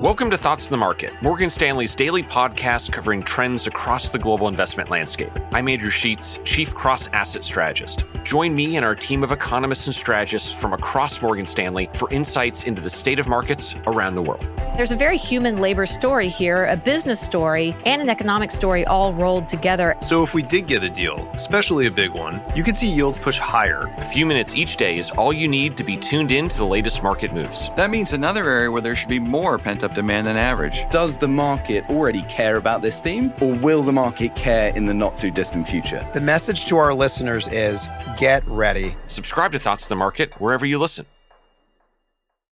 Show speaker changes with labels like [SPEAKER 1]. [SPEAKER 1] Welcome to Thoughts of the Market, Morgan Stanley's daily podcast covering trends across the global investment landscape. I'm Andrew Sheets, Chief Cross Asset Strategist. Join me and our team of economists and strategists from across Morgan Stanley for insights into the state of markets around the world.
[SPEAKER 2] There's a very human labor story here, a business story, and an economic story all rolled together.
[SPEAKER 3] So, if we did get a deal, especially a big one, you could see yields push higher.
[SPEAKER 1] A few minutes each day is all you need to be tuned in to the latest market moves.
[SPEAKER 4] That means another area where there should be more pent up demand than average.
[SPEAKER 5] Does the market already care about this theme, or will the market care in the not too distant future?
[SPEAKER 6] The message to our listeners is get ready.
[SPEAKER 1] Subscribe to Thoughts of the Market wherever you listen.